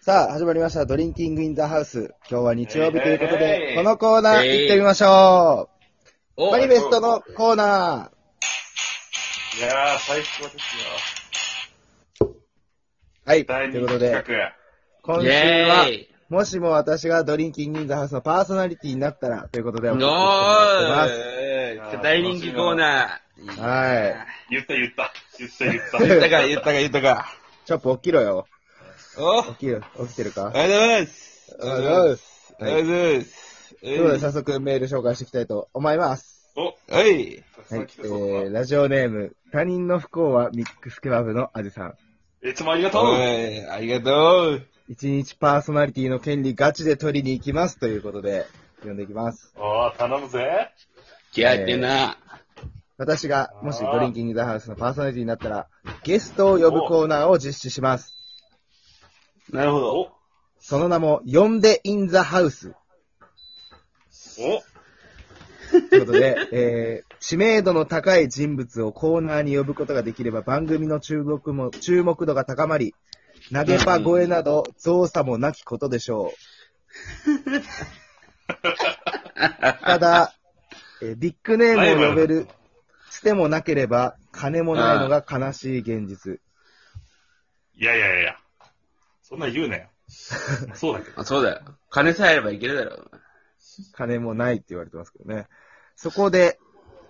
さあ、始まりました。ドリンキングインザハウス。今日は日曜日ということえで、いこのコーナー行ってみましょう。おマニフェストのコーナいやー、最高ですよ。ー。はい。と第い2うこと企で、画。今週イェはー、イもしも私がドリンキングインザハウスのパーソナリティになったら、ということで、お送ってきてもらってーい大人気コーナー。はい言った言った。言った言った。言ったか、言ったか、言ったか。ます。チョップ起きろよ。お起きる、起きてるかありがとうございます。。おはようございますす。あはい。りがとうございます。ということで、早速メール紹介していきたいと思います。お、はい。たくはさい。ん来えてそうだー、ラジオネーム、他人の不幸はミックスケバブのあじさん。いつもありがとう。おい、ありがとう。一日パーソナリティの権利ガチで取りに行きますということで、呼んでいきます。おー、頼むぜ。気合ってな。私が、もしドリンキングザハウスのパーソナリティになったら、ゲストを呼ぶコーナーを実施します。なるほお、おど。、その名も、呼んでインザハウス。ということで、えー、知名度の高い人物をコーナーに呼ぶことができれば、番組の注目も、注目度が高まり、投げパ越えなど、造作もなきことでしょう。ただ、えービッグネームを呼べる、してもなければ、金もないのが悲しい現実。いやいやいやいや。そんなん言う なよ。そうだけど。あそうだよ。金さえあればいけるだろ。金もないって言われてますけどね。そこで、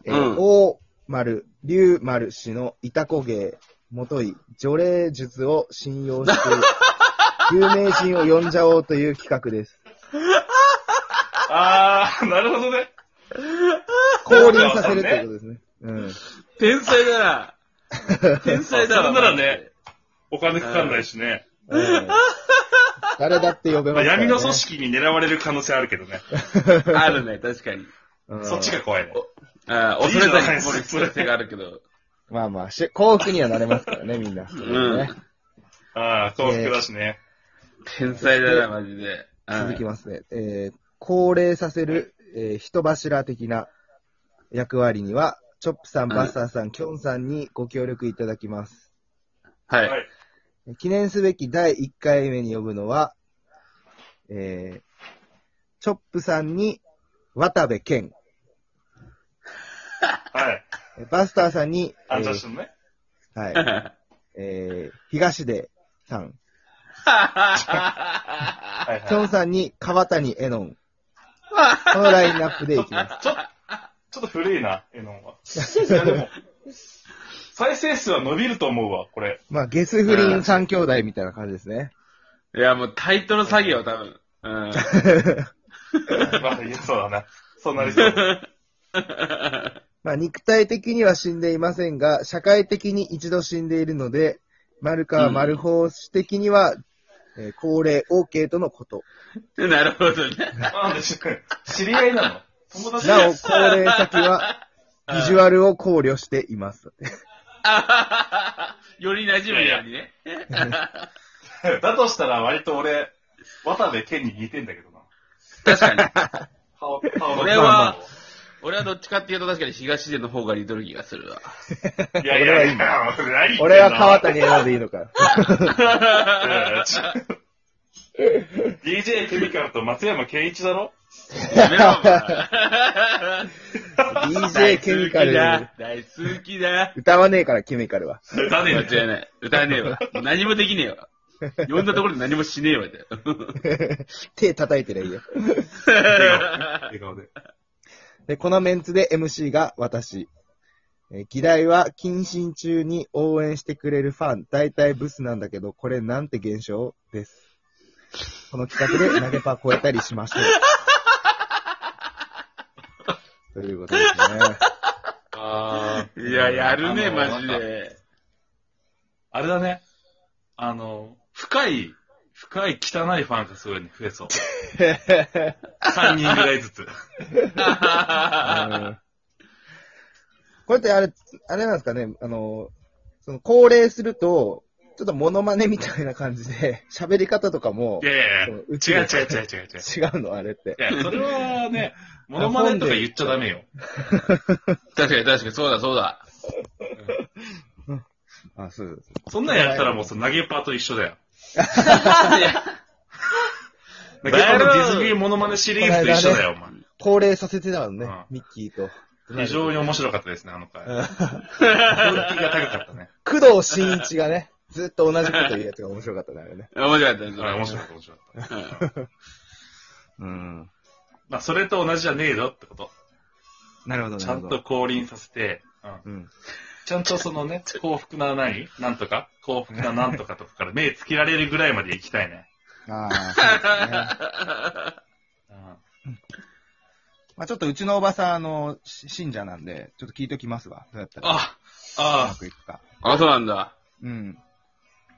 えーうん大丸、龍丸氏のいたこ芸、もとい、除霊術を信用 して、有名人を呼んじゃおうという企画です。あー、なるほどね。降臨させるということですね。 うん。天才だな。天才だわ。あそれならね。お金かかんないしね。うん誰だって呼べままあ、すから、ね。闇の組織に狙われる可能性あるけどね。あるね、確かに。うんそっちが怖いね。あー恐れたり守る必要性があるけど。まあまあ、し幸福にはなれますからね、みんな。んあー、幸福だしね。天才だな、マジで。うん続きますね。えー、高齢させる、えー人柱的な役割には、チョップさん、うんバッサーさん、キョンさんにご協力いただきます。はい。、はい。えー記念すべき第1回目に呼ぶのは、えー、チョップさんに渡部健、はい。えーバスターさんに、えアンジャッシーュのね。はいえー、東出さん、ははいキョはい。ンさんに川谷絵音。このラインナップでいきます。ちょ、ちょっと古いな、エノンは。いやでも、再生数は伸びると思うわ、これ。 まあ、ゲス不倫三兄弟みたいな感じですね。いや、もうタイトル詐欺よ、多分。うん。まあ、いやそうだな。そうなりそう。まあ、肉体的には死んでいませんが、社会的に一度死んでいるので、マルカー・マルホース的には、えー高齢 OK とのこと。 なるほど ね。なんでし知り合いなの友達なでお、高齢先は、ビジュアルを考慮しています。より馴染むようにね。 だとしたら割と俺、渡部健に似てんだけどな。確かに。顔、顔の俺まあは 俺はどっちかっていうと確かに東出の方が似てる気がするわ。まあいやいやいや、俺何言ってんの俺は川谷選んでいいの か。うんち ょ DJ ケミカルと松山健一だろやめろ、お前 DJ ケミカル。大好きだ。歌わねえから、ケミカルは。歌ねえ大よ好きだ。間違いない。歌えねえわ。何もできねえ わ。呼んだところで何もしねえわだよ。手叩いてりゃいいよ。 笑顔で。で、このメンツで MC が私。えー議題は、謹慎中に応援してくれるファン、大体ブスなんだけど、これなんて現象です。この企画で投げパ超えたりし ましょう。ということですね。あいや、やるね、あのマジなんかで。あれだね。あの、深い、深い汚いファンがすごいね、増えそう。3人ぐらい ずつ。うんこれってあれ、あれなんですかね、あの、その、高齢すると、ちょっとモノマネみたいな感じで、喋り方とかもいやいやいや、違ううち違う違う違う違う。違うの、あれって。いや、それは ね、モノマネとか言っちゃダメよ。確かに確かに、そうだそうだ。あ、そうです。そんなんやったらもうその投げパーと一緒だよ。いや結構ディズニーモノマネシリーズと一緒だよ、お前。恒例させてたのね、うんミッキーと。非常に面白かったですね、あ の回。クオうんリティが高かっ たね。工藤新一がね、ずっと同じこと言うやつが面白かったね、あれね。あ面白かったですあ面白かった、面白かった。うん うん。まあ、それと同じじゃねえよってこと。なるほど、ちゃんと。降臨させて、うんうん。ちゃんとそのね、幸福な何なんとか幸福ななんとかとかから目つけられるぐらいまで行きたいね。ああ、そうですね。 うんまあちょっとうちのおばさん、あの、し信者なんで、ちょっと聞いときますわ。どうやったら。あ、うまああ、くいくか。あ、そうなんだ。うん。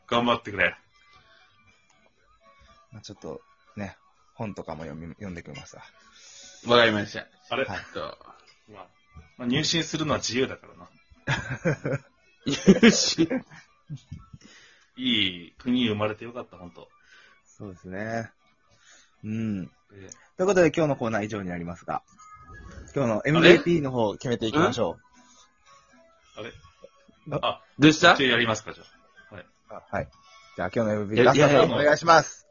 頑張ってくれ。まあちょっと、ね、本とかも読み、読んでくれますわ。わかりました。あれ、はいと、まあまあ、入信するのは自由だからな。 よし。いい国に生まれてよかった、本当そうですね。うん。でということで今日のコーナー以上になりますが、今日の MVP の方を決めていきましょあれああ、どうした一応やりますか、じゃあ。う。あはい。じゃあ今日のい MVP、やラストさんいおやいや願いします。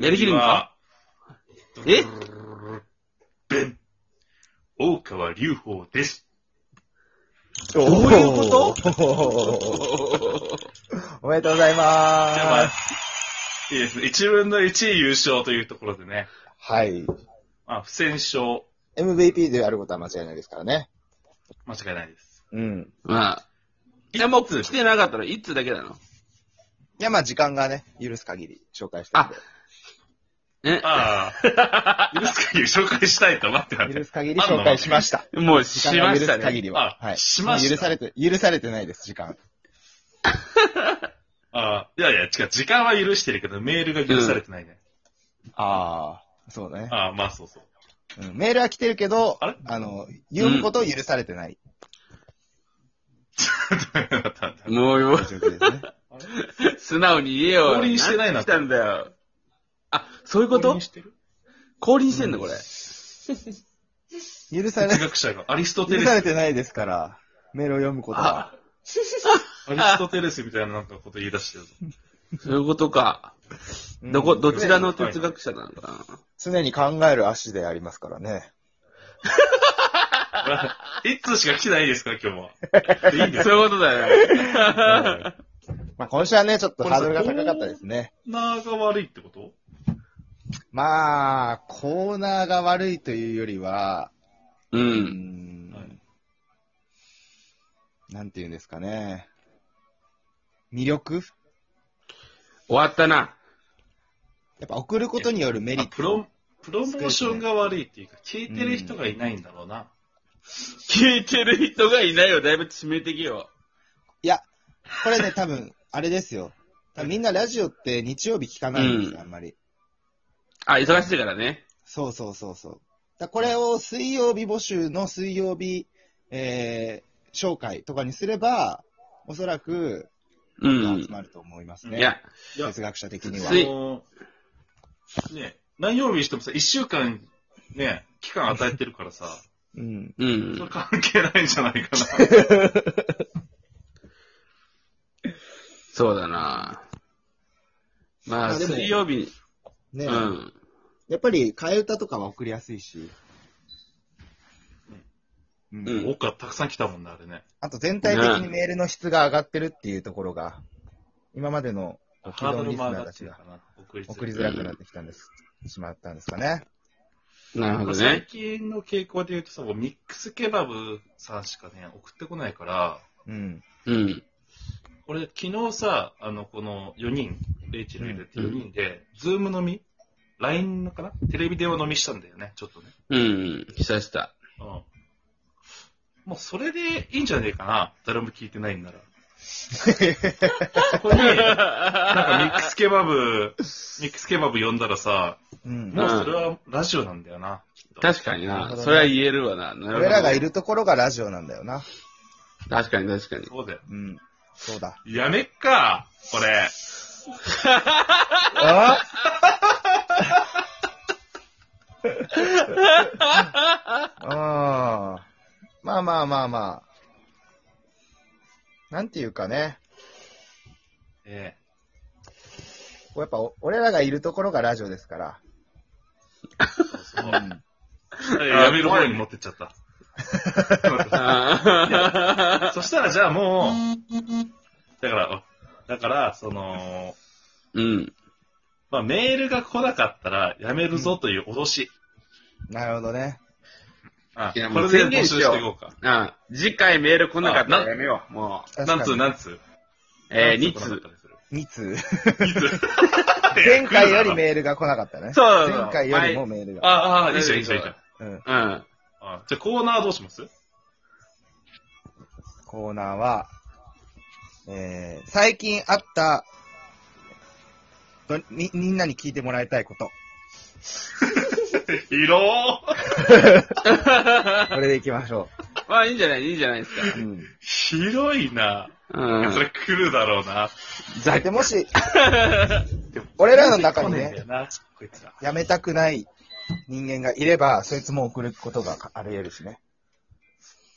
やりきるのかえベン。大川隆法です。どういうこととおめでとうございまじゃあまあす。、いいですね。1分の1位優勝というところでね。はい。まあ、不戦勝、 MVP でやることは間違いないですからね。間違いないです。うん。まあ。いや、もう来てなかったら、一通だけなの。いや、まあ時間がね、許す限り紹介したいんで。えああ、許す限り紹介したいと待って待って。許す限り紹介しました。もう時し間まが許したすね限。りは。あはい。しました許されて、許されてないです、時間。ああ、いやいや、違う、時間は許してるけど、メールが許されてないね。ああ、そうだね、ああ、まあそうそう。うんメールは来てるけど、あれあの、言うことを許されてないもう、もう状況ですね。素直に言えよ。降臨してないな何来たんだよ。あ、そういうこ降と臨してる降臨してんの、これ。許され哲、学者が、アリストテ許レされス、てないですから、メールを読むことは。アあ、リストテレスみたいななんかこと言い出してるぞ。そういうことか。うんどこ、どちらの哲学者なのか常に考える足でありますからね。一通しか来てないですから、今日は。な。いい そういうことだよね。 まあ今週はね、ちょっとハードルが高かったですね。なーが悪いってことまあ、コーナーが悪いというよりは、う。うんんはいなんて言うんですかね。魅力終わったな。やっぱ送ることによるメリあップトロ、。プロモーションが悪いっていうか、聞いてる人がいないんだろうな。聞いてる人がいないよ。だいぶ致命的よ。いや、これね、多分、あれですよ。多分みんなラジオって日曜日聞かないんですよ、うんあんまり。あ、忙しいからね。そうそうそうそう。だこれを水曜日募集の水曜日、えー、紹介とかにすれば、おそらく、う集ん。まると思いますいね。や、いや哲学者的にあは。水のーね、何曜日にしてもさ、一週間、ね、期間与えてるからさ、うん。うそれん。関係ないんじゃないかな。 そうだな。まあ、あでも水曜日に、ね、うん。やっぱり、替え歌とかは送りやすいし。うんうん多かたくさん来たもんね、あれね。あと全体的にメールの質が上がってるっていうところが、今までの既ハード存ルリスもナ上ーがたってちるがかな。送りづ送りらいづらくなってきたんです、しまったんですかね。なるほど最ね。近の傾向で言うとさ、もうミックスケバブさんしかね、送ってこないから、うん。うん。俺、昨日さ、あの、この4人、レイチェル入れて4人で、ズーム飲み ?LINE のかなテレビ電話飲みしたんだよね、ちょっとね。うん。久した。うん。もうそれでいいんじゃねえかな。誰も聞いてないん なら。そこに、なんかミックスケバブ、ミックスケバブ呼んだらさ、うん。もうそれはラジオなんだよな。きっと確かになるほな。どねそれは言えるわな。なるほど俺らがい。るところがラジオなんだよな。確かに 確かに。そうだよ。うん。そうだ。やめっか、これ。ああーまあまあまあまあ。なんていうかね。えこうやっぱお俺らがいるところがラジオですから。 そうやめる方に持ってっちゃった。あそしたらじゃあもう、だから、だから、その、ーうん。まあメールが来なかったらやめるぞという脅し。なるほどね。あいやこもうれで宣募言集しよしうていこうか。あ次回メール来なかったらやめよう。もう。何通何通えー、何2来なかっ通た。りする2通。いつ前回よりメールが来なかったね。そうそうそう前回よりもメールが。ああ、いいじゃん、いいじゃん、いいじゃん。うん。うん。 あじゃあコーナーどうしますコーナーは、えー、最近あった、どみ、みんなに聞いてもらいたいこと。広これでいきましょまあいいんじゃないいいんじゃないですか。う。うん。広いな。うそれん。来るだろうな。ざっで、も し、俺らの中にね、。こいつら。やめたくない人間がいれば、そいつも送ることがあり得るしね。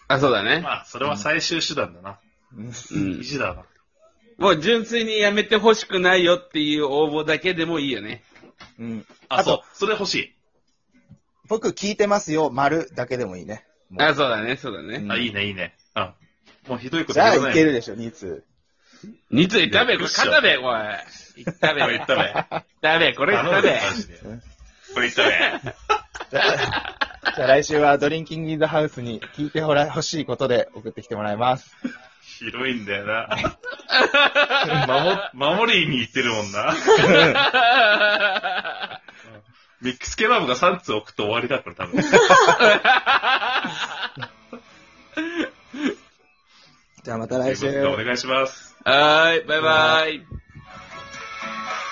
あ、そうだね。まあ、それは最終手段だな。うん。うん意。地だな。もう純粋にやめてほしくないよっていう応募だけでもいいよね。うん。あ、あとそう。それ欲しい。僕聞いてますよ、丸だけでもいいね。もうあ、そうだね、そうだうね。んあ、いいね、いいね。うん。もうひどいことじゃあないけるでしょ、2通。 2ついったべ、いこやれ買ったべ、これ。いったべ、これ言ったべ。 だべ、これ言ったべ。マジでうんこれ言ったべ。じゃあ、じゃあ来週はドリンキングインザハウスに聞いてほら欲しいことで送ってきてもらいます。広いんだよな。守、守りに行ってるもんな。ミックスケバブが3つ置くと終わりだから、多分。じゃあまた来という週。ことでお願いします。はーい、バイバイ。